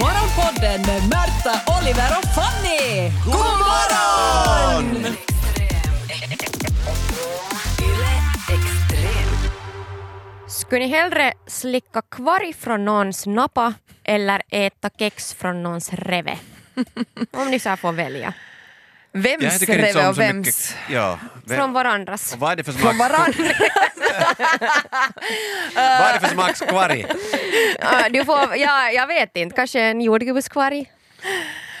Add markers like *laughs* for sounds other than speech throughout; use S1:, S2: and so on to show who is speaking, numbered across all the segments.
S1: Morgonpodden med Märta, Oliver och Fanny! God morgon!
S2: Skulle ni hellre slicka kvarg från någons napa eller äta kex från
S3: *laughs*
S2: någons reve? Om ni så här får välja.
S4: Jag
S3: Vems
S4: tycker inte
S3: reve
S4: så om
S3: och
S4: så
S3: vems?
S4: mycket... Ja, vem,
S2: Från varandras.
S4: och vad är det för smak?
S3: Från varandra.
S4: *laughs* Vad är det för smak skvarg?
S2: Ah, du får, ja, jag vet inte, kanske en jordgubbskvarg?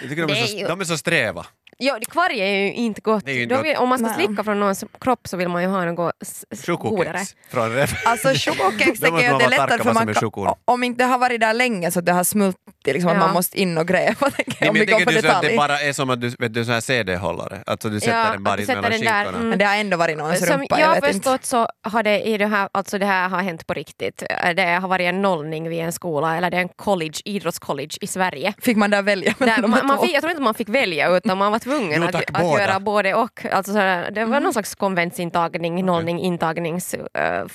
S4: Jag tycker de är,
S2: Det är
S4: så,
S2: ju-
S4: de är så sträva.
S2: Ja, kvarg är ju inte gott.
S4: Det är ju inte
S2: Då vill, om man ska
S3: Nej.
S2: slicka från någons kropp så vill man ju ha något s- s- godare.
S4: Chokokex från Rev.
S3: Alltså
S4: *laughs*
S3: chokokex
S4: Då måste
S3: tycker jag
S4: man
S3: det är
S4: vara
S3: lättare
S4: tarkka
S3: för
S4: vad som
S3: man
S4: är
S3: kan,
S4: chokon.
S3: om inte det har varit där länge så det har smult liksom, att
S2: Ja.
S3: *laughs* man måste in och gräva. tänker jag,
S4: *laughs* Nej,
S3: om
S4: men
S3: vi
S4: jag
S3: går
S4: tänker
S3: på
S4: att det är så att det
S3: detalj.
S4: bara är som att du vet, du är sån här CD-hållare, alltså du sätter
S2: Ja,
S4: den
S2: att
S4: bara
S2: du
S4: in
S2: sätter
S4: mellan
S2: den där,
S4: skinkorna.
S2: mm.
S3: Men det har ändå varit någons
S2: Som
S3: rumpa,
S2: jag
S3: jag
S2: har
S3: vet inte.
S2: förstått så har det i det här, alltså det här har hänt på riktigt. Eh, Det har varit en nollning vid en skola eller det är en college, idrottscollege i Sverige.
S3: Fick man där välja
S2: Nej,
S3: mellan de
S2: man,
S3: här
S2: man
S3: två?
S2: fick, jag tror inte man fick välja utan man var tvungen
S4: Jo,
S2: att,
S4: tack,
S2: att
S4: båda.
S2: göra både och. Alltså, så här, det var någon slags konventsintagning, nollning, intagnings... Uh,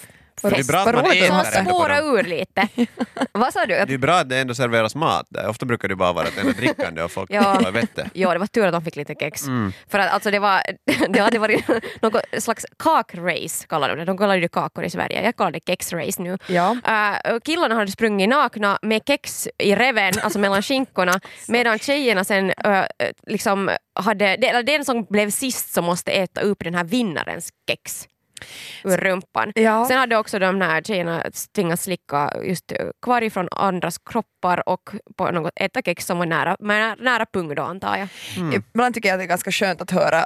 S4: Det är bra att
S3: Vad
S4: man
S3: roligt att
S4: enar
S3: höra.
S4: ändå på
S2: spåra
S4: dem.
S2: ur lite.
S4: *laughs*
S2: Vad sa du? Att,
S4: Det är bra att det ändå serveras mat där. Ofta brukar det bara vara ett enda drickande och folk
S2: Ja.
S4: tappar vettet.
S2: ja, det var tur att de fick lite kex.
S4: Mm.
S2: För att alltså det, var, *laughs* det hade varit något slags kakrace kallade de det. De kallade ju kakor i Sverige. Jag kallade det kexrace nu.
S3: Ja.
S2: Äh, och killarna hade sprungit nakna med kex i reven, alltså mellan
S4: *laughs*
S2: skinkorna, medan tjejerna sen äh, liksom hade, det- eller den som blev sist som måste äta upp den här vinnarens kex ur rumpan.
S3: Ja.
S2: Sen hade också de här tjejerna tvingats slicka just äh, kvar från andras kroppar och på något, äta kex som var nära, men nära pung då antar jag.
S4: Mm.
S3: Ibland tycker jag att det är ganska skönt att höra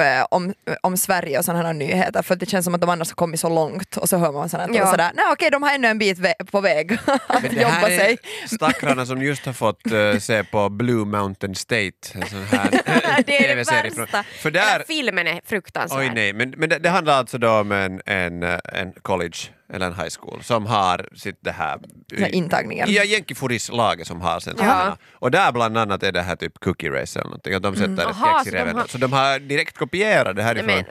S3: eh, om, om Sverige och sådana här nyheter för det känns som att de annars har kommit så långt och så hör man sådana här
S2: Ja.
S3: ja. sådär, nej okej de har ännu en bit vä- på väg *laughs* att
S4: Men det
S3: jobba
S4: här är
S3: sig.
S4: stackarna som just har fått eh, se på Blue Mountain State, en sån här
S2: *laughs* det är
S4: *laughs*
S2: det
S4: TV-serie från-
S2: värsta.
S4: För där,
S2: Hela filmen är fruktansvärd.
S4: Oj nej, men, men det, det handlar alltså då om en, en, eh, en college eller en high school som har sitt det här...
S3: Den här intagningen.
S4: Ja, jänkifurislaget som har sen
S2: Ja.
S4: sådana. Och där bland annat är det här typ cookie race eller någonting, att de sätter ett
S2: Mm. Aha,
S4: kex i
S2: så de
S4: reven.
S2: har-
S4: Så de har direkt kopierat det härifrån.
S2: Men-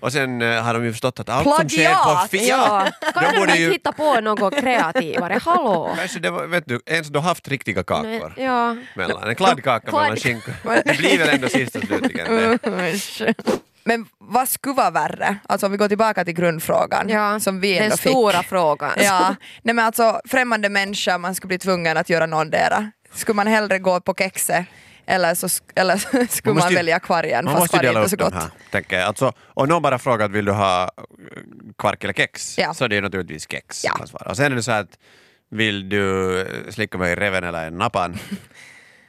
S4: Och sen eh, har de ju förstått att allt som
S3: Plagiat!
S4: sker på
S2: Ja.
S4: Fia...
S2: Kan
S4: de
S2: de
S4: borde
S2: inte
S4: ju...
S2: hitta på något kreativare?
S4: *laughs*
S2: Hallå!
S4: Kanske det var, vet du, ens de har haft riktiga kakor.
S2: Men, ja.
S4: Mellan, en kladdkaka
S2: Kladd-
S4: mellan skinkorna. Det blir väl ändå sist och
S3: Mm,
S4: slutligen det.
S3: Men vad skulle vara värre? Alltså om vi går tillbaka till grundfrågan
S2: Ja,
S3: som vi ändå
S2: den
S3: fick.
S2: stora frågan. *laughs*
S3: Ja, nej men alltså främmande människa, man skulle bli tvungen att göra någondera. Skulle man hellre gå på kexet eller så sk- eller så skulle
S4: Man
S3: man,
S4: måste ju-
S3: välja kvargen
S4: Man
S3: fast
S4: måste ju
S3: kvargen
S4: dela
S3: inte är
S4: upp
S3: så
S4: de
S3: gott.
S4: här. Tänker jag. Alltså, om någon bara frågar att vill du ha eh, kvark eller kex,
S3: Ja.
S4: så det är ju naturligtvis kex.
S3: Ja.
S4: man svarar. Och sen är det så här att vill du eh, slicka mig i reven eller i nappan,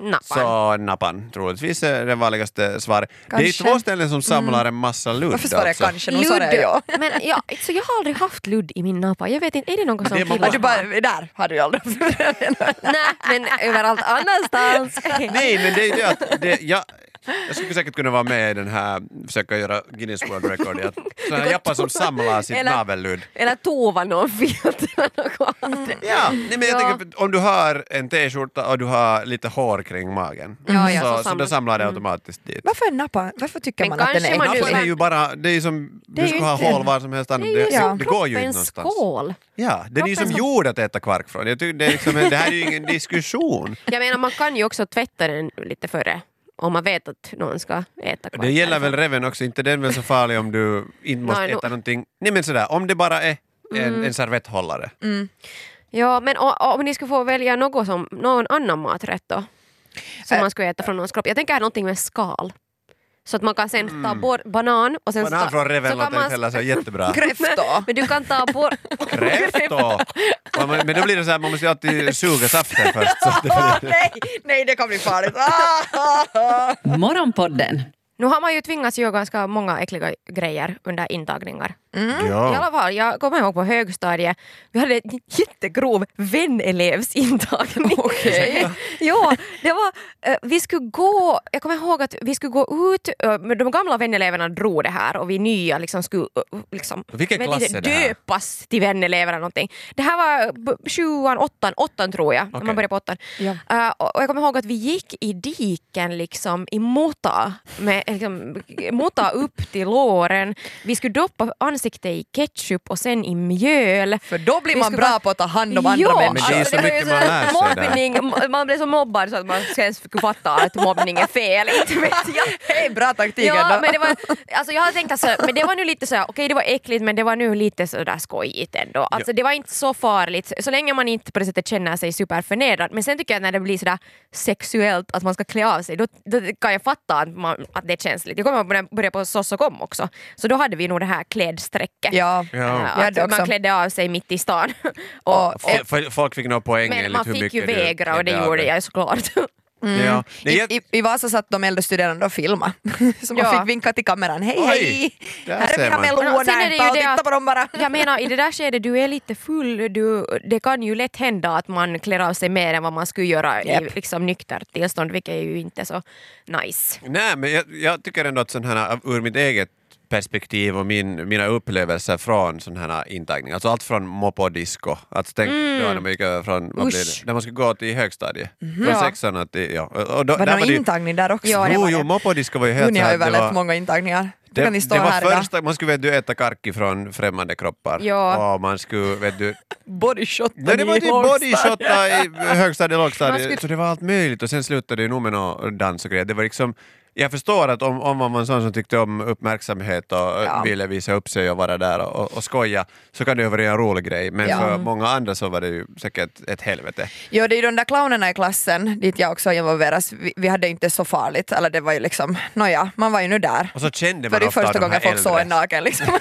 S2: Nappan.
S4: så nappan troligtvis är det vanligaste svaret. Det är
S3: Kanske. Mm.
S4: två ställen som samlar en massa ludd alltså.
S3: Varför svarar jag
S4: också.
S3: kanske? Nog svarar jag ja.
S2: Men ja, så jag har aldrig haft ludd i min napa. Jag vet inte, är det någon som
S4: det är man
S2: killar
S3: Du bara, där hade jag aldrig
S2: har? Nej, men överallt *laughs* annanstans.
S4: Nej, men det är ju det att det, jag, jag skulle säkert kunna vara med i den här, försöka göra Guinness World
S3: *laughs*
S4: Record i att sådana här jappar som samlar sitt
S2: Eller-
S4: navelludd.
S2: Eller tova någon filt eller något annat.
S4: Ja, nej, men jag
S2: Ja.
S4: tänker att om du har en t-skjorta och du har lite hår kring magen
S2: Ja, ja,
S4: så,
S2: så
S4: så,
S2: samlar-
S4: då samlar det automatiskt dit.
S3: Varför är nappa, varför tycker
S2: Men
S3: man att den
S2: kanske
S3: är
S2: man nu-
S4: Nappen
S3: äcklig?
S4: är ju bara, det är ju som,
S3: är
S4: du skulle
S3: ju
S4: ha
S3: inte-
S4: hål var som helst annars, det,
S3: som
S4: det, går ju inte
S2: kroppens
S4: någonstans.
S2: skål.
S4: Ja, det är ju som
S2: Kroppens-
S4: jord att äta kvark från. Jag tycker, det, är liksom, det här är ju ingen diskussion.
S2: Jag menar, man kan ju också tvätta den lite före om man vet att någon ska äta kvar.
S4: Det gäller väl reven också, inte den väl så farlig om du inte måste
S2: Nej, nu-
S4: äta någonting. Nej men sådär, om det bara är en, en servetthållare.
S2: Ja, men o- om ni skulle få välja något som, någon annan maträtt då? Som
S3: Ä-
S2: man skulle äta från någons kropp. Jag tänker här någonting med skal. Så att man kan sen ta bort banan och sen...
S4: Mm. Banan
S2: ta-
S4: från reven
S2: så kan
S4: låter
S2: man-
S4: inte heller
S3: *laughs*
S4: så jättebra.
S3: Kräftå?
S2: Men du kan ta bort...
S4: *laughs* Kräftå! Man- man- Men då blir det så här, man måste ju alltid suga saften först. Så att det blir...
S3: nej, nej, det kan bli *laughs* farligt. Ah!
S1: Morgonpodden
S2: *laughs* Nu har man ju tvingats göra ganska många äckliga grejer under intagningar. I
S4: Ja.
S2: alla fall, jag kommer ihåg på högstadiet, vi hade en jättegrov *laughs* vänelevsintagning. Okej. ja, det var, eh, vi skulle gå, jag kommer ihåg att vi skulle gå ut, eh, men de gamla väneleverna drog det här och vi nya liksom skulle eh, liksom,
S4: Vilken
S2: vet
S4: klass
S2: inte,
S4: är det här?
S2: döpas till vänelever eller någonting. Det här var b- sjuan, åttan, åttan tror jag, när
S4: Okej.
S2: man började på åttan.
S3: Ja.
S2: Eh, och och jag kommer ihåg att vi gick i diken liksom eh, i mota, med, liksom, mota upp till låren. Vi skulle doppa ans- ansiktet i ketchup och sen i mjöl.
S3: För då blir
S2: Vi
S3: man
S2: skulle
S3: bra
S2: bara- alltså,
S3: på att ta hand om andra
S4: men det är
S3: människor.
S4: ju så
S2: var
S4: mycket
S2: sån
S4: man lär sig där.
S2: mobbning, mo- Man blev så mobbad så att man inte ens skulle fatta att mobbning är fel. Inte
S3: *laughs*
S2: vet jag.
S3: Hej, bra taktik
S2: Ja,
S3: ändå.
S2: men det var, alltså jag hade tänkt att så, men det var nu lite så här, okej det var äckligt men det var nu lite sådär skojigt ändå. Alltså det var inte så farligt, så länge man inte på det sättet känner sig superförnedrad. Men sen tycker jag att när det blir sådär sexuellt, att man ska klä av sig, då, då kan jag fatta att, man, att det är känsligt. Jag kommer ihåg när jag började på Sossokom också, så då hade vi nog det här klädstrecket.
S3: Ja.
S4: Ja.
S2: Äh,
S3: Jag
S2: Att
S3: hade också.
S2: man klädde av sig mitt i stan. Och,
S3: Och-
S2: och,
S4: Fol- fol- Folk fick några poäng
S2: Eh. men
S4: enligt
S2: man
S4: hur
S2: fick
S4: mycket
S2: ju
S4: du
S2: vägra och det
S4: klädde av
S2: gjorde
S4: dig.
S2: jag Mm. såklart.
S4: Ja. Nej,
S3: I,
S4: jag-
S3: i, I Vasa satt de äldre studerande och filmade. *laughs* Så man
S2: Ja.
S3: fick vinka till kameran. Hej
S4: Oj,
S3: hej!
S4: där
S3: Här
S4: ser
S3: är mina
S4: man.
S3: meloner,
S2: Sen är det ju
S3: ta och
S2: det
S3: titta
S2: att-
S3: på dem bara. *laughs*
S2: Jag menar i det där skedet, du är lite full, du, det kan ju lätt hända att man klär av sig mer än vad man skulle göra i
S3: Japp.
S2: liksom, nyktert tillstånd, vilket är ju inte så nice.
S4: Nej, men jag, jag tycker ändå att sån här, ur mitt eget perspektiv och min, mina upplevelser från sån här intagning, alltså allt från moppodisco, alltså tänk då när man gick över från, vad blir
S2: Mm. Usch.
S4: det, när man skulle gå till högstadiet,
S2: Ja.
S4: från sexan till, ja. Och och då,
S3: Var det
S4: där
S3: någon
S4: var det ju-
S3: intagning där också?
S2: Ja, det
S4: Jo,
S2: var
S4: jo,
S2: det.
S4: moppodisco var ju helt
S3: Hur ni har
S4: här, det
S3: överlevt
S4: var-
S3: många intagningar. Då
S4: Det,
S3: kan ni stå
S4: det var
S3: här idag.
S4: första, man skulle vet du, äta karki från främmande kroppar.
S2: Ja.
S4: Och man skulle, vet du,
S3: Bodyshotta
S4: Nej, det var
S3: ni
S4: typ
S3: i Hårdstad.
S4: bodyshottar i
S3: *laughs*
S4: högstadiet och lågstadiet,
S2: Man skulle-
S4: så det var allt möjligt. Och sen slutade det nog med någon dans och grejer. Det var liksom, jag förstår att om, om man var en sån som tyckte om uppmärksamhet och eh,
S3: Ja.
S4: ville visa upp sig och vara där och, och, och skoja, så kan det ju vara en rolig grej. Men
S3: Ja.
S4: för många andra så var det ju säkert ett helvete.
S3: Ja, det är ju de där clownerna i klassen dit jag också involveras. Vi, vi hade inte så farligt, eller det var ju liksom, nåja, man var ju nu där.
S4: Och så kände
S3: För
S4: man
S3: det är
S4: ofta
S3: första
S4: av de här
S3: gången folk såg en
S4: äldre.
S3: naken liksom. *laughs*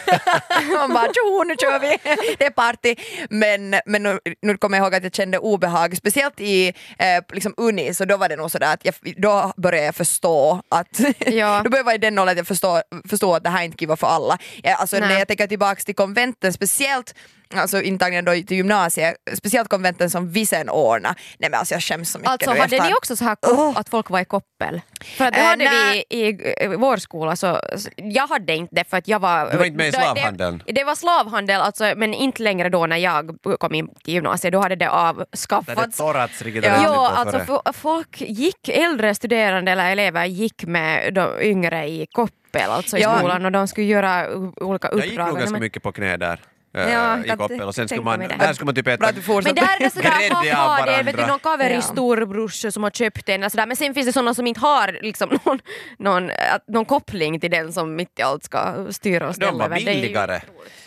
S3: Man bara tjo, nu kör vi, *laughs* det är party. Men, men nu, nu kommer jag ihåg att jag kände obehag, speciellt i eh, liksom uni, så då var det nog sådär att jag, då började jag förstå att, *laughs*
S2: Ja.
S3: då började jag vara i den åldern att jag förstår, förstår att det här är inte var för alla. Ja, alltså
S2: Nej.
S3: när jag tänker tillbaka till konventen, speciellt Alltså intagningen då till gymnasiet, speciellt konventen som vi sen ordnade. Nej men alltså jag skäms så mycket
S2: Alltså
S3: nu i
S2: hade ni
S3: efterhand.
S2: också så här kopp,
S3: Åh.
S2: att folk var i koppel? För att det
S3: Eh,
S2: hade
S3: nej.
S2: vi i, i vår skola, så, så jag hade inte det för att jag var...
S4: Du var inte med i
S2: det-
S4: slavhandeln?
S2: Det, det var slavhandel, alltså, men inte längre då när jag kom in till gymnasiet, då hade det
S4: Där det
S2: avskaffats.
S4: torrats riktigt
S2: Ja,
S4: ordentligt på
S2: alltså
S4: före.
S2: fo- folk gick, äldre studerande eller elever gick med de yngre i koppel alltså i
S3: Ja.
S2: skolan och de skulle göra u- olika
S4: Jag gick nog
S2: uppdrag.
S4: ganska
S2: Men,
S4: mycket på knä där. eh,
S2: Ja,
S4: I
S2: kan
S4: koppel och sen skulle
S2: tänka
S4: man,
S2: mig det.
S4: där skulle man typ
S3: Bra
S4: äta
S3: att du fortsatte.
S2: men där är sådär,
S4: Grädde
S2: folk
S4: av
S2: har det, vet du,
S4: varandra.
S2: någon kaveri
S3: Ja.
S2: storbrorsa som har köpt den eller sådär. men sen finns det sådana som inte har liksom, *laughs* någon, någon, att- någon koppling till den som mitt i allt ska styra och ställa.
S4: De var
S2: över. Det är ju-
S4: billigare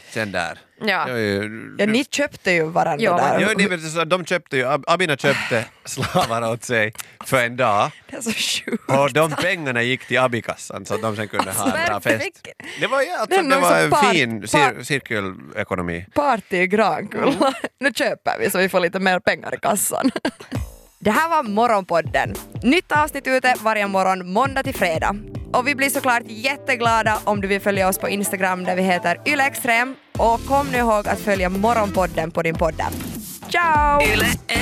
S4: sen där.
S2: Ja.
S4: Det var ju-
S3: Ja ni köpte ju varandra
S2: Ja,
S3: där.
S2: men-
S4: Ja, nej, men det är så att de köpte ju, Ab- Abina köpte slavar åt sig för en dag
S3: *laughs* Det är så sjukt.
S4: och de pengarna gick till Abikassan så att de sen kunde ha en bra fest. Det var, ja,
S3: Det
S4: alltså,
S3: är
S4: det
S3: nog
S4: var
S3: som
S4: en
S3: par-
S4: fin cir cirkelekonomi.
S3: party i Grankulla. *laughs* Nu köper vi så vi får lite mer pengar i kassan. *laughs* Det här var Morgonpodden. Nytt avsnitt ute varje morgon måndag till fredag. Och vi blir såklart jätteglada om du vill följa oss på Instagram där vi heter ylextrem. Och kom nu ihåg att följa Morgonpodden på din podd. Ciao!
S1: Yle